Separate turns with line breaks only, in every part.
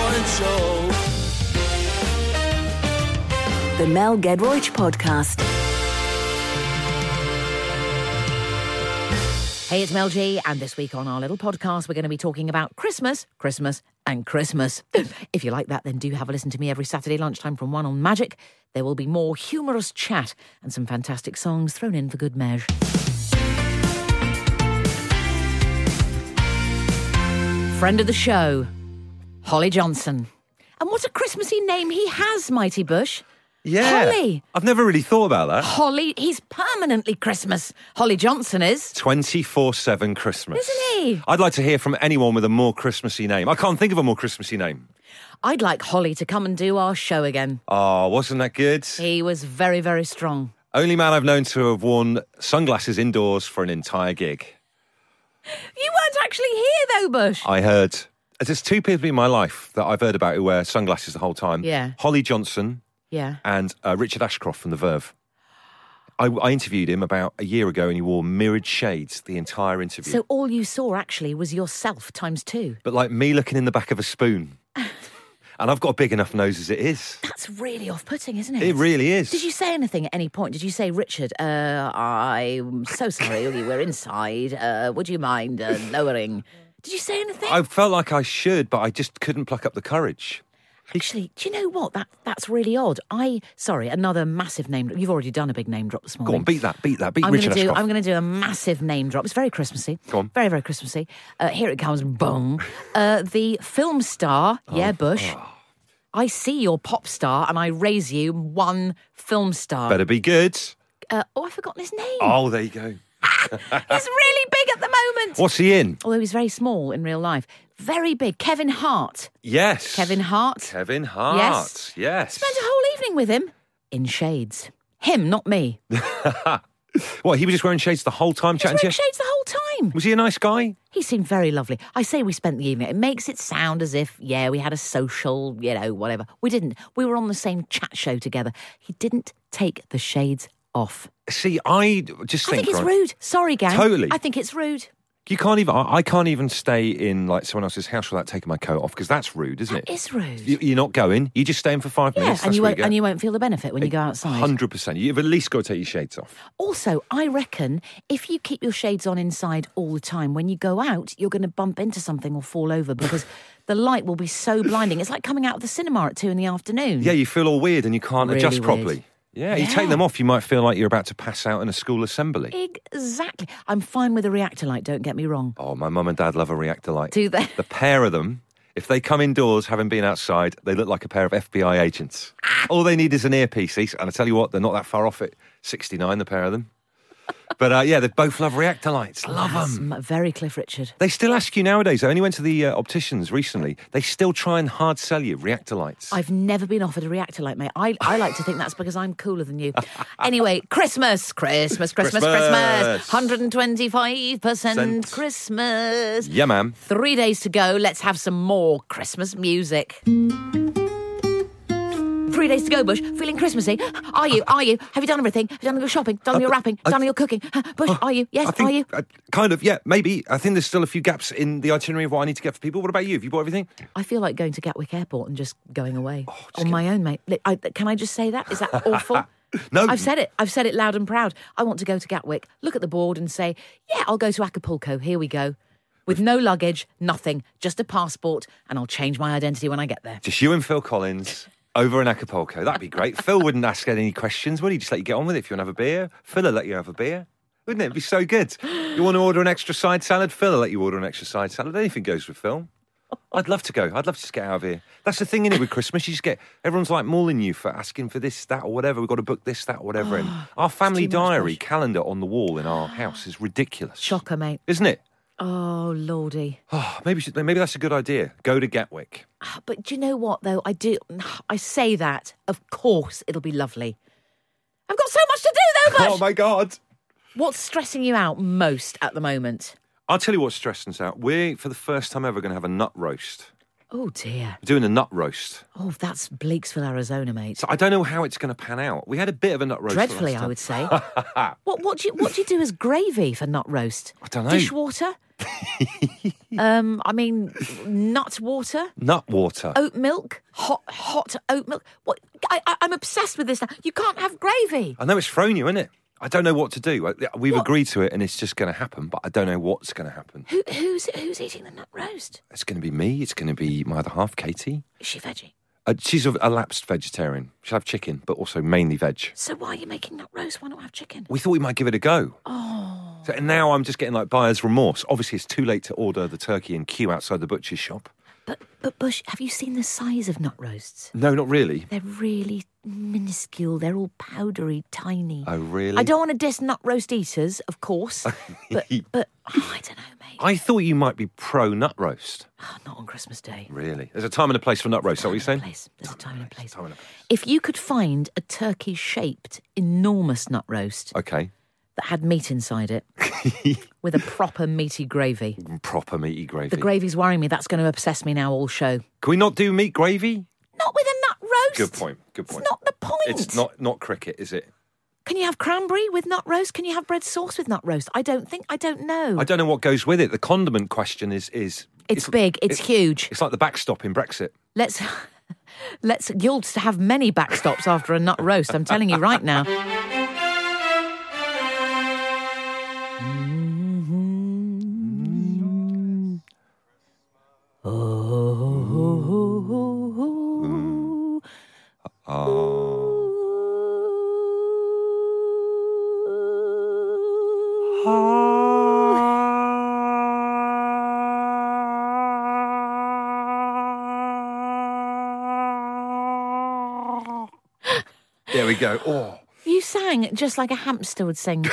show.
The Mel Gedroych Podcast.
Hey, it's Mel G, and this week on our little podcast, we're going to be talking about Christmas, Christmas, and Christmas. if you like that, then do have a listen to me every Saturday lunchtime from 1 on Magic. There will be more humorous chat and some fantastic songs thrown in for good measure. Friend of the show, Holly Johnson. And what a Christmassy name he has, Mighty Bush.
Yeah.
Holly.
I've never really thought about that.
Holly, he's permanently Christmas. Holly Johnson is.
24 7 Christmas.
Isn't he?
I'd like to hear from anyone with a more Christmassy name. I can't think of a more Christmassy name.
I'd like Holly to come and do our show again.
Oh, wasn't that good?
He was very, very strong.
Only man I've known to have worn sunglasses indoors for an entire gig.
You weren't actually here though, Bush.
I heard. There's two people in my life that I've heard about who wear sunglasses the whole time.
Yeah.
Holly Johnson
yeah.
and uh, Richard Ashcroft from The Verve. I, I interviewed him about a year ago and he wore mirrored shades the entire interview.
So all you saw actually was yourself times two.
but like me looking in the back of a spoon. and I've got a big enough nose as it is.
That's really off putting, isn't it?
It really is.
Did you say anything at any point? Did you say, Richard, uh, I'm so sorry, we we're inside. Uh, would you mind uh, lowering? Did you say anything?
I felt like I should, but I just couldn't pluck up the courage.
Actually, do you know what? That That's really odd. I, sorry, another massive name. You've already done a big name drop this morning.
Go on, beat that, beat that, beat
I'm
Richard
gonna do.
Ashcroft.
I'm going to do a massive name drop. It's very Christmassy.
Go on.
Very very Christmassy. Uh, here it comes. Boom. Uh, the film star.
Oh,
yeah, Bush. I see your pop star, and I raise you one film star.
Better be good.
Uh, oh, I've forgotten his name.
Oh, there you go.
He's really big at the moment.
What's he in?
Although he's very small in real life. Very big. Kevin Hart.
Yes.
Kevin Hart.
Kevin Hart. Yes.
Spent a whole evening with him in shades. Him, not me.
What, he was just wearing shades the whole time
He's
chatting to
wearing
you?
shades the whole time.
Was he a nice guy?
He seemed very lovely. I say we spent the evening. It makes it sound as if, yeah, we had a social, you know, whatever. We didn't. We were on the same chat show together. He didn't take the shades off.
See, I just
I
think,
think it's
right,
rude. Sorry, gang.
Totally.
I think it's rude.
you can't even. I I can't even stay in like someone else's house without taking my coat off because that's rude, isn't it?
It's rude.
You- You're not going. You're just staying for five
yeah,
minutes.
and
that's
you
what
won't,
you
and you won't feel the benefit when you go outside.
Hundred percent. You've at least got to take your shades off.
Also, I reckon if you keep your shades on inside all the time, when you go out, you're going to bump into something or fall over because the light will be so blinding. It's like coming out of the cinema at two in the afternoon.
Yeah, you feel all weird and you can't
Really
adjust
weird.
properly. Yeah, you
Yeah.
take them off, you might feel like you're about to pass out in a school assembly.
Exactly. I'm fine with a reactor light, don't get me wrong.
Oh, my mum and dad love a reactor light.
Do they?
The pair of them, if they come indoors having been outside, they look like a pair of FBI agents.
Ah.
All they need is an earpiece, each, and I tell you what, they're not that far off it. 69, the pair of them. But uh, yeah, they both love reactor lights. Love
That's
them.
m- Very Cliff Richard.
They still ask you nowadays. I only went to the uh, opticians recently. They still try and hard sell you reactor lights.
I've never been offered a reactor light, mate. I, I like to think that's because I'm cooler than you. Anyway, Christmas, Christmas, Christmas, Christmas.
Christmas.
125%
Cent.
Christmas.
yeah, ma'am.
Three days to go. Let's have some more Christmas music. Three days to go, Bush. Feeling Christmassy? Are you? Are you? Have you done everything? Have you done all your shopping? Done all your wrapping? Done all your cooking? Huh, Bush, are you?
Uh, I
Yes,
think,
are you?
uh, kind of, yeah, maybe. I think there's still a few gaps in the itinerary of what I need to get for people. What about you? Have you bought everything?
I feel like going to Gatwick Airport and Oh, just going away on my own, mate. Look, I, can I just say that? Is that awful?
No.
I've said it. I've said it loud and proud. I want to go to Gatwick, look at the board and say, yeah, I'll go to Acapulco. Here we go. With no luggage, nothing, just a passport, and I'll change my identity when I get there.
Just you and Phil Collins over in Acapulco. That'd be great. Phil wouldn't ask any questions, would he? Just let you get on with it. If you want to have a beer, Phil will let you have a beer. Wouldn't it? It'd be so good. You want to order an extra side salad? Phil will let you order an extra side salad. Anything goes with Phil. I'd love to go. I'd love to just get out of here. That's the thing, in it with Christmas. You just get everyone's like mauling you for asking for this, that, or whatever. We've got to book this, that, or whatever. in our family
too much
diary
pressure.
calendar on the wall in our house is ridiculous,
Shocker, mate.
isn't it?
Oh, lordy.
Oh, maybe we should, maybe that's a good idea. Go to Gatwick.
But do you know what, though? I do. I say that. Of course, it'll be lovely. I've got so much to do, though, Bush.
Oh my god!
What's stressing you out most at the moment?
I'll tell you what's stressing us out. We're for the first time ever going to have a nut roast.
Oh, dear.
We're doing a nut roast.
Oh, that's Bleaksville, Arizona, mate.
So I don't know how it's going to pan out. We had a bit of a nut roast.
Dreadfully,
last
I
time.
would say. what, what, do you, what do you do as gravy for nut roast?
I dunno.
Dishwater? um, I mean, nut water,
Nut water.
oat milk, hot hot oat milk. What? I, I, I'm obsessed with this now. You can't have gravy.
I know it's thrown you, isn't it? I don't know what to do. I- We've
What?
agreed to it, and it's just going to happen. But I don't know what's going to happen.
Who, who's who's eating the nut roast?
It's going to be me. It's going to be my other half, Katie.
Is she veggie?
Uh, she's a, a lapsed vegetarian. She'll have chicken, but also mainly veg.
So why are you making nut roast? Why not have chicken?
We thought we might give it a go.
Oh,
So, and now I'm just getting like buyer's remorse. Obviously, it's too late to order the turkey and queue outside the butcher's shop.
but but Bush, have you seen the size of nut roasts?
No, not really.
They're really minuscule. They're all powdery, tiny.
Oh, really?
I don't want to diss nut roast eaters, of course, but but oh, I don't know, mate.
I thought you might be pro nut roast.
Oh, not on Christmas Day.
Really? There's a time and a place for nut roast. Is that what you're saying?
Place. There's a time and a place.
Time and a place.
If you could find a turkey-shaped, enormous nut roast
Okay.
that had meat inside it, with a proper meaty gravy,
Proper meaty gravy.
the gravy's worrying me. That's going to obsess me now all show.
Can we not do meat gravy?
Not with a nut roast.
Good point. Good
It's
point.
not the point.
It's not not cricket, is it?
Can you have cranberry with nut roast? Can you have bread sauce with nut roast? I don't think. I don't know.
I don't know what goes with it. The condiment question is is
it's big. It's huge.
it's like the backstop in Brexit.
Let's let's you'll just have many backstops after a nut roast. I'm telling you right now.
There we go. Oh.
You sang just like a hamster would sing.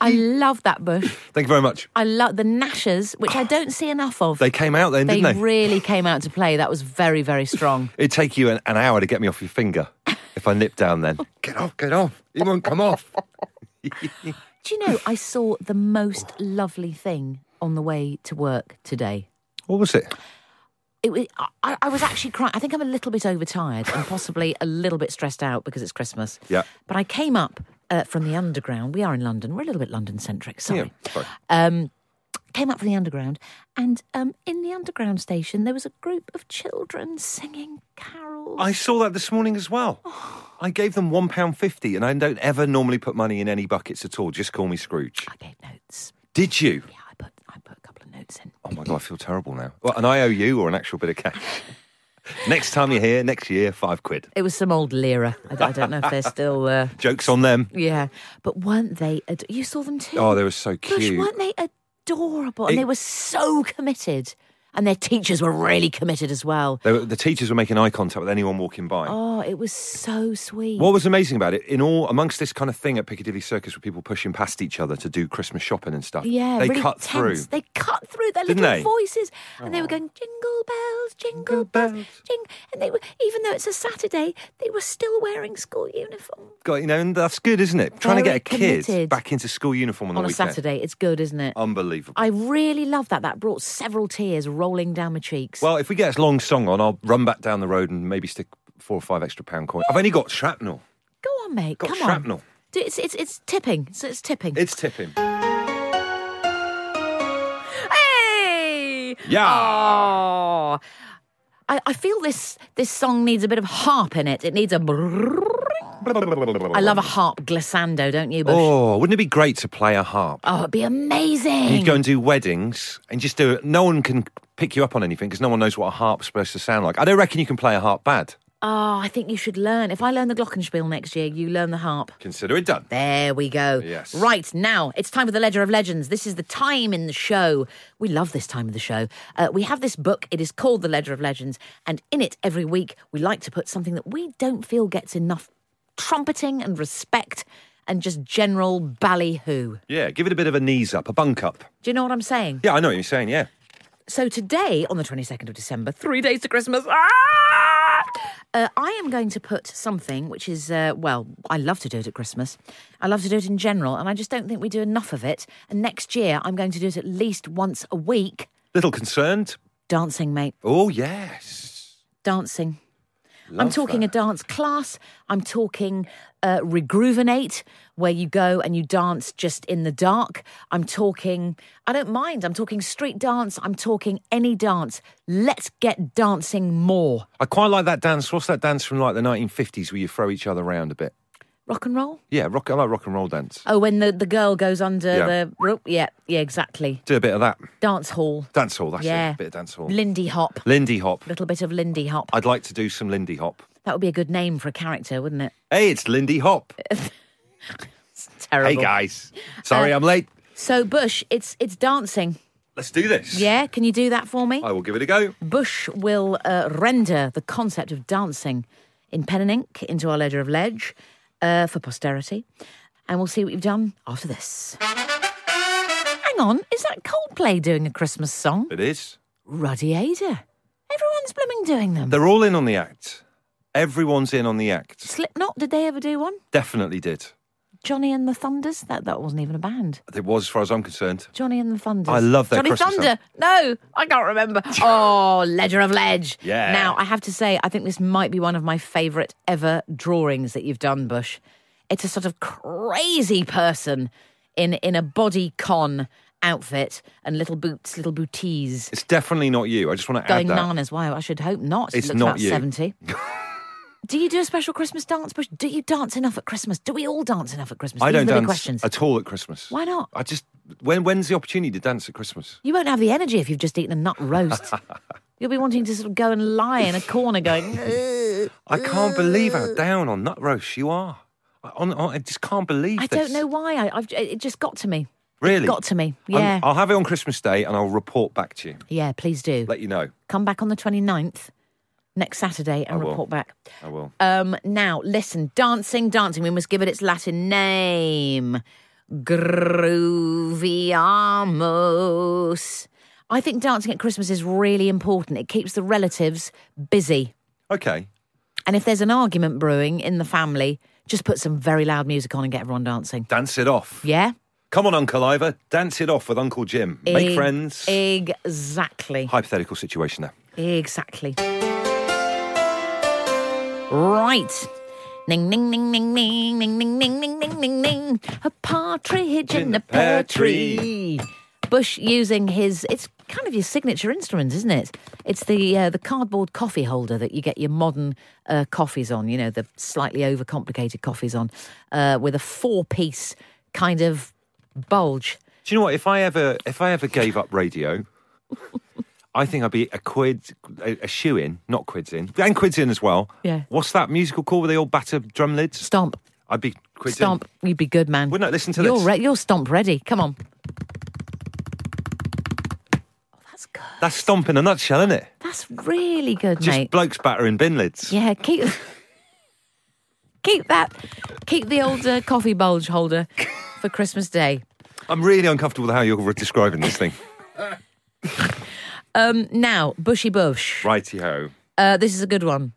I love that bush.
Thank you very much.
I love the Nashers, which I don't see enough of.
They came out then,
They
didn't they?
really came out to play. That was very, very strong.
It'd take you an, an hour to get me off your finger if I nipped down then. get off, get off. It won't come off.
Do you know, I saw the most lovely thing on the way to work today.
What was it?
It was, I, I was actually crying. I think I'm a little bit overtired and possibly a little bit stressed out because it's Christmas.
Yeah.
But I came up uh, from the underground. We are in London. We're a little bit London centric. Sorry.
Yeah, sorry.
um, came up from the underground, and um, in the underground station there was a group of children singing carols.
I saw that this morning as well. I gave them £1.50 and I don't ever normally put money in any buckets at all. Just call me Scrooge.
I gave notes.
Did you?
Yeah, I put I put a couple of notes in.
Oh my God, I feel terrible now. Well, an IOU or an actual bit of cash? next time you're here, next year, five quid.
It was some old lira. I, d- I don't know if they're still. Uh,
Joke's on them.
yeah, but weren't they? Ad- you saw them too.
Oh, they were so
Gosh,
cute.
weren't they adorable? And
It-
they were so committed, and their teachers were really committed as well.
They were, the teachers were making eye contact with anyone walking by.
Oh, it was so sweet.
What was amazing about it, in all amongst this kind of thing at Piccadilly Circus, where people pushing past each other to do Christmas shopping and stuff,
Yeah,
they
really
cut
tense.
through.
They cut through their
Didn't
little
they? Oh.
voices, and they were going jingle bells, jingle
Jingle
bells,
bells.
jingle. And they were, even though it's a Saturday, they were still wearing school uniforms.
Got you know, and that's good, isn't it? Trying to
Very
get a kid
committed.
back into school uniform on,
On
the
a
weekend. Oh.
Saturday, it's good, isn't it?
Unbelievable.
I really love that. That brought several tears rolling down my cheeks.
Well, if we get this long song on, I'll run back down the road and maybe stick four or five extra pound coins. I've only got shrapnel.
Go on, mate.
Got
Come on.
shrapnel.
Do- It's, it's, it's tipping. It's, it's tipping.
It's tipping.
hey!
Yeah.
Aw. I, I feel this this song needs a bit of harp in it. It needs a. I love a harp glissando, don't you? Bush?
Oh, wouldn't it be great to play a harp?
Oh, it'd be amazing.
You'd go and do weddings and just do it. No one can pick you up on anything because no one knows what a harp's supposed to sound like. I don't reckon you can play a harp bad.
oh, I think you should learn. If I learn the glockenspiel next year, you learn the harp.
Consider it done.
There we go.
Yes.
Right now, it's time for the Ledger of Legends. This is the time in the show. We love this time of the show. Uh, we have this book. It is called The Ledger of Legends, and in it every week we like to put something that we don't feel gets enough trumpeting and respect and just general ballyhoo.
Yeah, give it a bit of a knees up, a bunk up.
Do you know what I'm saying?
Yeah, I know what you're saying. Yeah.
So today, on the 22nd of December, three days to Christmas, ah! uh, I am going to put something which is, uh, well, I love to do it at Christmas. I love to do it in general, and I just don't think we do enough of it. And next year, I'm going to do it at least once a week.
Little concerned.
Dancing, mate.
Oh, yes.
Dancing. I'm
Love
talking
that.
a dance class. I'm talking uh, regroovenate, where you go and you dance just in the dark. I'm talking, I don't mind. I'm talking street dance. I'm talking any dance. Let's get dancing more.
I quite like that dance. What's that dance from like the 1950s where you throw each other around a bit?
Rock and roll?
Yeah, rock. I like rock and roll dance.
Oh, when the, the girl goes under
Yeah.
the rope. Yeah, yeah, exactly.
Do a bit of that.
Dance hall.
Dance hall, that's
Yeah.
it. Bit of dance hall.
Lindy hop.
Lindy Hop.
Little bit of Lindy hop.
I'd like to do some Lindy Hop.
That would be a good name for a character, wouldn't it?
Hey, it's Lindy Hop.
Uh, Terrible.
Hey, guys.
uh,
Sorry, I'm late.
So Bush, it's it's dancing.
Let's do this.
Yeah, can you do that for me?
I will give it a go.
Bush will uh, render the concept of dancing in pen and ink into our ledger of ledge uh, for posterity, and we'll see what you've done after this. Hang on, is that Coldplay doing a Christmas song?
It is.
Ruddy Ada. Everyone's blooming doing them.
They're all in on the act. Everyone's in on the act.
Slipknot, did they ever do one?
Definitely did.
Johnny and the Thunders? That that wasn't even a band.
It was, as far as I'm concerned.
Johnny and the Thunders.
I love that
Johnny
Christmas
Thunder. No, I can't remember. Oh, Ledger of Ledge.
Yeah.
Now I have to say, I think this might be one of my favourite ever drawings that you've done, Bush. It's a sort of crazy person in in a body con outfit and little boots, little booties,
It's definitely not you. I just want to
going
add that.
nanas. Wow, I should hope not. She
It's
looks
not
about
you.
seventy. Do you do a special Christmas dance, Bush? Do you dance enough at Christmas? Do we all dance enough at Christmas?
I
These
don't
are the big
dance
questions.
at all at Christmas.
Why not?
I just when when's the opportunity to dance at Christmas?
You won't have the energy if you've just eaten a nut roast. You'll be wanting to sort of go and lie in a corner going, "Ugh."
I can't believe how down on nut roast you are. I, on, on- I just can't believe.
I
this.
don't know why. I, I've, it just got to me.
Really,
Got to me.
I'm-
Yeah.
I'll have it on Christmas Day and I'll report back to you.
yeah, please do.
Let you know.
Come back on the 29th, next Saturday, and
will.
report back.
I will.
Um, now, listen, dancing, dancing. We must give it its Latin name. Grooviamus. I think dancing at Christmas is really important. It keeps the relatives busy.
Okay.
And if there's an argument brewing in the family, just put some very loud music on and get everyone dancing.
Dance it off.
Yeah?
Come on, Uncle Ivor. Dance it off with Uncle Jim. Make
Eg-
friends.
Exactly.
Hypothetical situation there.
Exactly. Right. Ning, ning, ning, ning, ning, ning, ning, ning, ning, ning, ning, ning. A partridge in, a pear tree. Bush using his, it's kind of your signature instrument, isn't it? It's the uh, the cardboard coffee holder that you get your modern uh, coffees on, you know, the slightly overcomplicated coffees on, uh, with a four piece kind of bulge.
Do you know what? If I ever if I ever gave up radio, I think I'd be a quid a, a shoe in, not quids in, and quids in as well.
Yeah.
What's that musical called where they all batter drum lids?
Stomp,
I'd be quids
stomp.
in.
You'd be good, man.
Wouldn't I listen to
you're
this?
Re- you're stomp ready. Come on. Oh, that's good.
That's stomp in a nutshell, isn't it?
That's really good,
Just
mate.
blokes battering bin lids.
yeah, keep keep that. Keep the old uh, coffee bulge holder for Christmas Day.
I'm really uncomfortable with how you're describing this thing.
Now, Bushy Bush.
Righty ho.
Uh, this is a good one.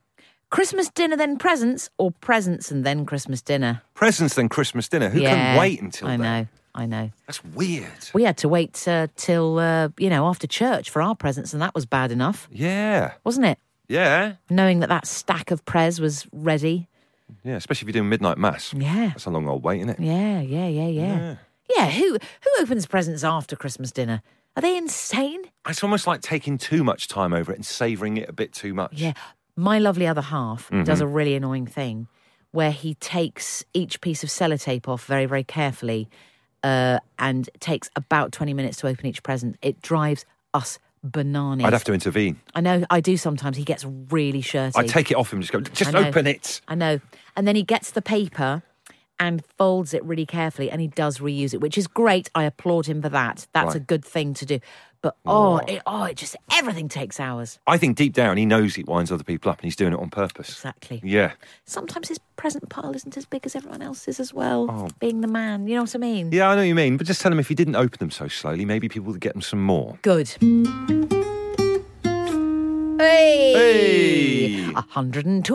Christmas dinner, then presents, or presents and then Christmas dinner.
Presents then Christmas dinner. Who
yeah,
can wait until
I
then?
know. I know.
That's weird.
We had to wait uh, till uh, you know after church for our presents, and that was bad enough,
Yeah.
wasn't it?
Yeah.
knowing that that stack of prez was ready.
Yeah. Especially if you're doing midnight mass.
Yeah.
That's a long old wait, isn't it?
Yeah, yeah, yeah, yeah. Yeah, who who opens presents after Christmas dinner? Are they insane?
It's almost like taking too much time over it and savouring it a bit too much.
Yeah. My lovely other half
Mm-hmm.
does a really annoying thing where he takes each piece of sellotape off very, very carefully uh, and takes about 20 minutes to open each present. It drives us bananas.
I'd have to intervene.
I know I do sometimes. He gets really shirty.
I take it off him. Just go. Just
I know.
open it.
I know. And then he gets the paper and folds it really carefully and he does reuse it, which is great. I applaud him for that. That's a
Right.
good thing to do. But oh, it, oh, it just everything takes hours.
I think deep down he knows it winds other people up, and he's doing it on purpose.
Exactly.
Yeah.
Sometimes his present pile isn't as big as everyone else's as well.
Oh.
Being the man, you know what I mean?
Yeah, I know what you mean. But just tell him if he didn't open them so slowly, maybe people would get them some more.
Good. Hey!
Hey!
125%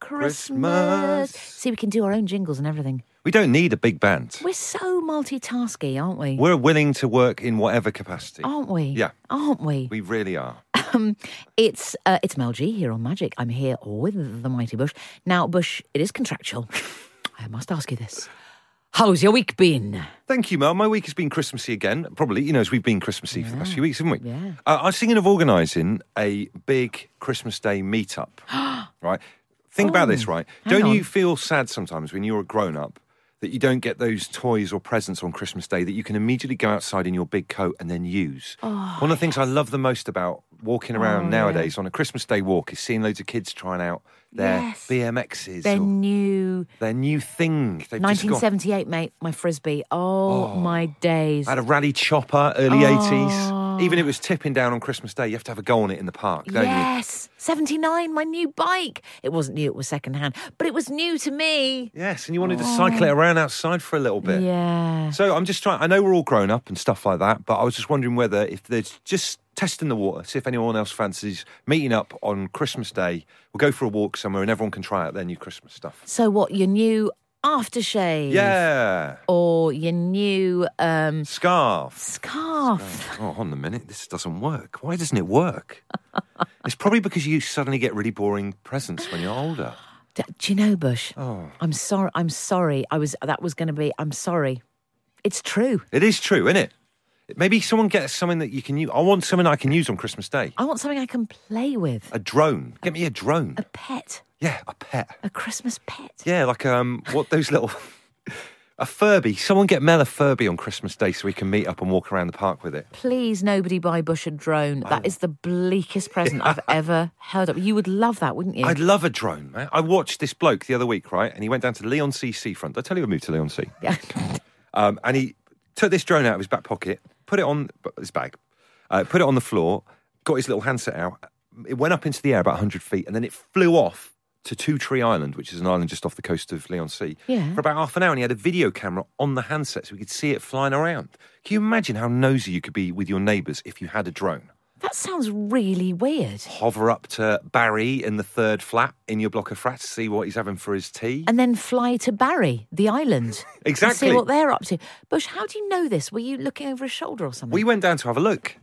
Christmas.
Christmas.
See, we can do our own jingles and everything.
We don't need a big band.
We're so multitasky, aren't we? Oh.
We're willing to work in whatever capacity.
aren't we?
Yeah.
Aren't we?
We really are.
Um, it's uh, it's Mel G here on Magic. I'm here with the mighty Bush. Now, Bush, it is contractual. I must ask you this: How's your week been?
Thank you, Mel. My week has been Christmassy again. Probably, you know, as we've been Christmassy for the past few weeks, haven't we?
Yeah.
Uh, I was thinking of organising a big Christmas Day meetup. right. Think about this, right? Don't you feel sad sometimes when you're a grown up that you don't get those toys or presents on Christmas Day that you can immediately go outside in your big coat and then use?
Oh,
One of the things I love the most about walking around nowadays on a Christmas Day walk is seeing loads of kids trying out their
Yes.
BMXs
Their
or
new
their new thing. They've just got-
1978, mate. My frisbee. Oh, my days.
I had a rally chopper, early 80s. Even if it was tipping down on Christmas Day, you have to have a go on it in the park, don't
Yes, 79, my new bike. It wasn't new, it was secondhand, but it was new to me.
you? Yes, and you wanted to cycle it around outside for a little bit.
Yeah.
So I'm just trying, I know we're all grown up and stuff like that, but I was just wondering whether if there's just testing the water, see if anyone else fancies meeting up on Christmas Day. We'll go for a walk somewhere and everyone can try out their new Christmas stuff.
So, what, your new aftershave?
Yeah.
Or your new um,
Scarf.
scarf?
Oh, hold on a minute. This doesn't work. Why doesn't it work? it's probably because you suddenly get really boring presents when you're older.
D- Do you know, Bush? Oh. I'm sorry. I'm sorry. I was, that was going to be, I'm sorry. It's true.
It is true, isn't it? Maybe someone gets something that you can use. I want something I can use on Christmas Day.
I want something I can play with.
A drone. Get me a drone.
A pet.
Yeah, a pet.
A Christmas pet.
Yeah, like um, what those little. a Furby. Someone get Mel a Furby on Christmas Day so we can meet up and walk around the park with it.
Please, nobody buy Bush a drone. That is the bleakest present I've ever heard of. You would love that, wouldn't you?
I'd love a drone, man. I watched this bloke the other week, right? And he went down to the Leon Sea seafront. Did I tell you I moved to Leon Sea. Um, and he took this drone out of his back pocket, put it on his bag, uh, put it on the floor, got his little handset out. It went up into the air about 100 feet and then it flew off to Two Tree Island, which is an island just off the coast of Leon Sea,
Yeah.
for about half an hour. And he had a video camera on the handset so we could see it flying around. Can you imagine how nosy you could be with your neighbours if you had a drone?
That sounds really weird.
Hover up to Barry in the third flat in your block of flats, see what he's having for his tea.
And then fly to Barry, the island.
Exactly.
And see what they're up to. Bush, how do you know this? Were you looking over his shoulder or something?
We went down to have a look.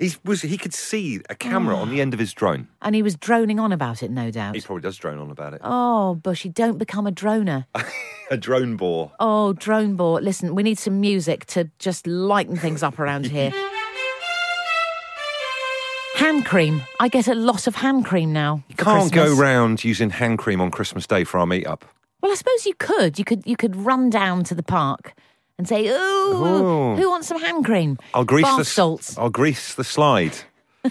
He was he could see a camera on the
Ah.
end of his drone.
and he was droning on about it, no doubt.
He probably does drone on about it.
Oh, Bushy, don't become a droner.
A drone bore.
Oh, drone bore. Listen, we need some music to just lighten things up around here. Hand cream. I get a lot of hand cream now.
You can't go round using hand cream on Christmas Day for our meetup.
Well, I suppose you could. You could you could run down to the park and say, "Ooh,
Ooh.
who wants some hand cream?"
Oh. I'll grease
Bath
the s-
salts.
I'll grease the slide. Uh,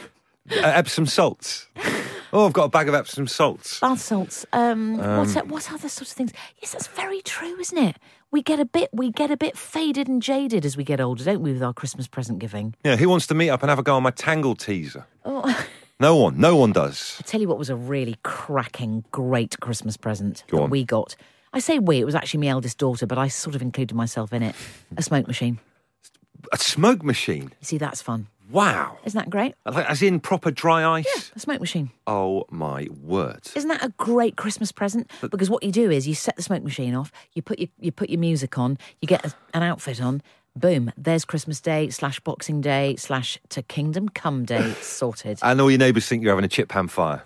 Epsom salts. Oh, I've got a bag of Epsom salts.
Bath salts. Um, what e- what other sorts of things? Yes, that's very true, isn't it? We get a bit we get a bit faded and jaded as we get older, don't we? With our Christmas present giving.
Yeah, who wants to meet up and have a go on my Tangle teaser?
Oh.
No one. No one does.
I tell you what was a really cracking, great Christmas present
Go
that
on.
we got. I say we. It was actually my eldest daughter, but I sort of included myself in it. A smoke machine.
A smoke machine.
You see, that's fun.
Wow.
Isn't that great?
Like, as in proper dry ice.
A smoke machine.
Oh my word.
Isn't that a great Christmas present? Because what you do is you set the smoke machine off, you put your you put your music on, you get a, an outfit on, boom, there's Christmas Day slash Boxing Day slash to Kingdom Come Day sorted.
And all your neighbours think you're having a chip pan fire.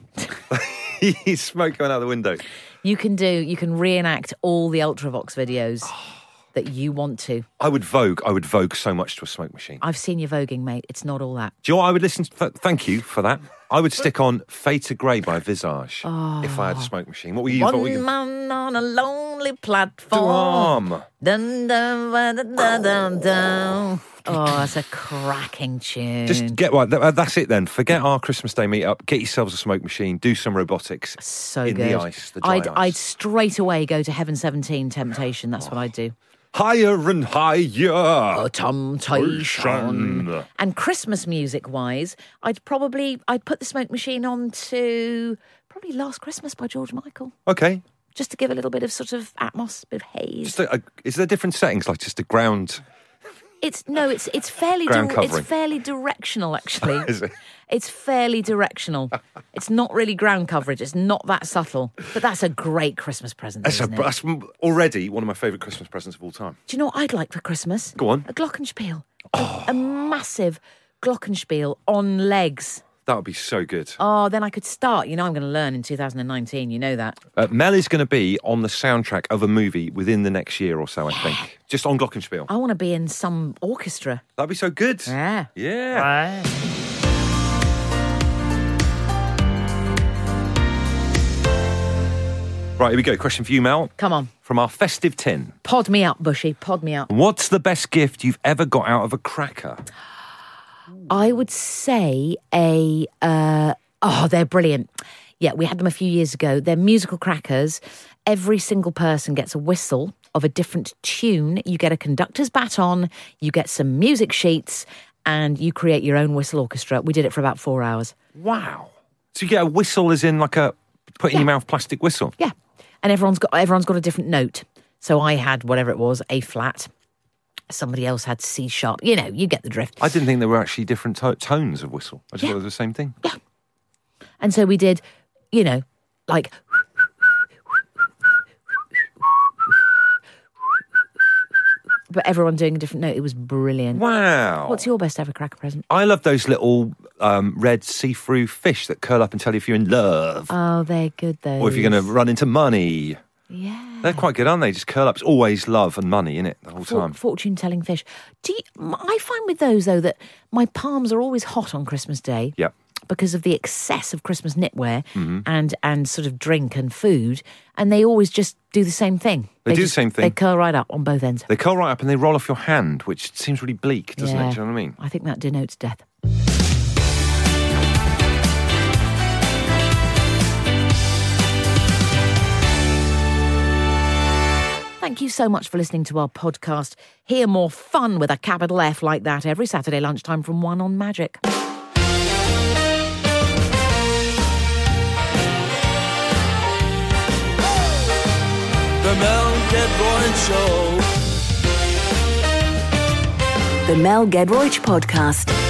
He's smoke going out the window.
You can do you can reenact all the Ultravox videos that you want to.
I would vogue. I would vogue so much to a smoke machine.
I've seen your voguing, mate. It's not all that.
Do you know what I would listen to? th- Thank you for that. I would stick on Fade to Grey by Visage if I had a smoke machine. What were you? what were
Ah. One
you
man on a lonely platform.
Drum.
Dun, dun, ba, dun, dun, dun, dun. Oh, that's a cracking tune.
Just get right. th- uh, That's it then. Forget our Christmas Day meetup. Get yourselves a smoke machine. Do some robotics.
so
in
good.
the ice, the dry
I'd,
ice.
I'd straight away go to Heaven 17 Temptation. That's what I'd do.
Higher and higher.
Oh, Temptation. And Christmas music wise, I'd probably I'd put the smoke machine on to probably Last Christmas by George Michael,
Okay.
just to give a little bit of sort of atmos, a bit of haze.
Just a, a, is there different settings like just a ground?
It's no, it's it's fairly
Ground
dir- it's
covering.
fairly directional actually.
Is it?
It's fairly directional. it's not really ground coverage. It's not that subtle. But that's a great Christmas present.
That's, a,
isn't it?
that's already one of my favourite Christmas presents of all time.
Do you know what I'd like for Christmas?
Go on. Oh.
A glockenspiel. A, a massive glockenspiel on legs.
That would be so good.
Oh, then I could start. You know, I'm going to learn in 2019. You know that.
Uh, Mel is going to be on the soundtrack of a movie within the next year or so, I think. Just on Glockenspiel.
I want to be in some orchestra.
That'd be so good.
Yeah.
Yeah.
Right.
Right, here we go. Question for you, Mel.
Come on.
From our festive tin.
Pod me up, Bushy. Pod me up.
What's the best gift you've ever got out of a cracker?
I would say a. Uh, oh, they're brilliant. Yeah, we had them a few years ago. They're musical crackers. Every single person gets a whistle of a different tune. You get a conductor's baton, you get some music sheets, and you create your own whistle orchestra. We did it for about four hours.
Wow. So you get a whistle as in like a put in your mouth plastic whistle.
Yeah, and everyone's got everyone's got a different note. So I had whatever it was, A flat. Somebody else had C sharp. You know, you get the drift.
I didn't think there were actually different to- tones of whistle. I just
Yeah.
thought it was the same thing.
And so we did, you know, like. But everyone doing a different note. It was brilliant.
Wow.
What's your best ever cracker present?
I love those little um, red see-through fish that curl up and tell you if you're in love
Oh, they're good though.
or if you're going to run into money.
yeah.
They're quite good, aren't they? Just curl up. It's always love and money in it the whole time.
Fortune telling fish. Do you, m- I find with those though that my palms are always hot on Christmas Day.
Yep.
because of the excess of Christmas knitwear
Mm-hmm.
and and sort of drink and food, and they always just do the same thing.
They do the
just-
same thing.
They curl right up on both ends.
They curl right up and they roll off your hand, which seems really bleak, doesn't it? Do you know what I mean?
I think that denotes death. Thank you so much for listening to our podcast. Hear more fun with a capital F like that every Saturday lunchtime from 1 on Magic.
The Mel Gedroyd Show.
The Mel Gedroych Podcast.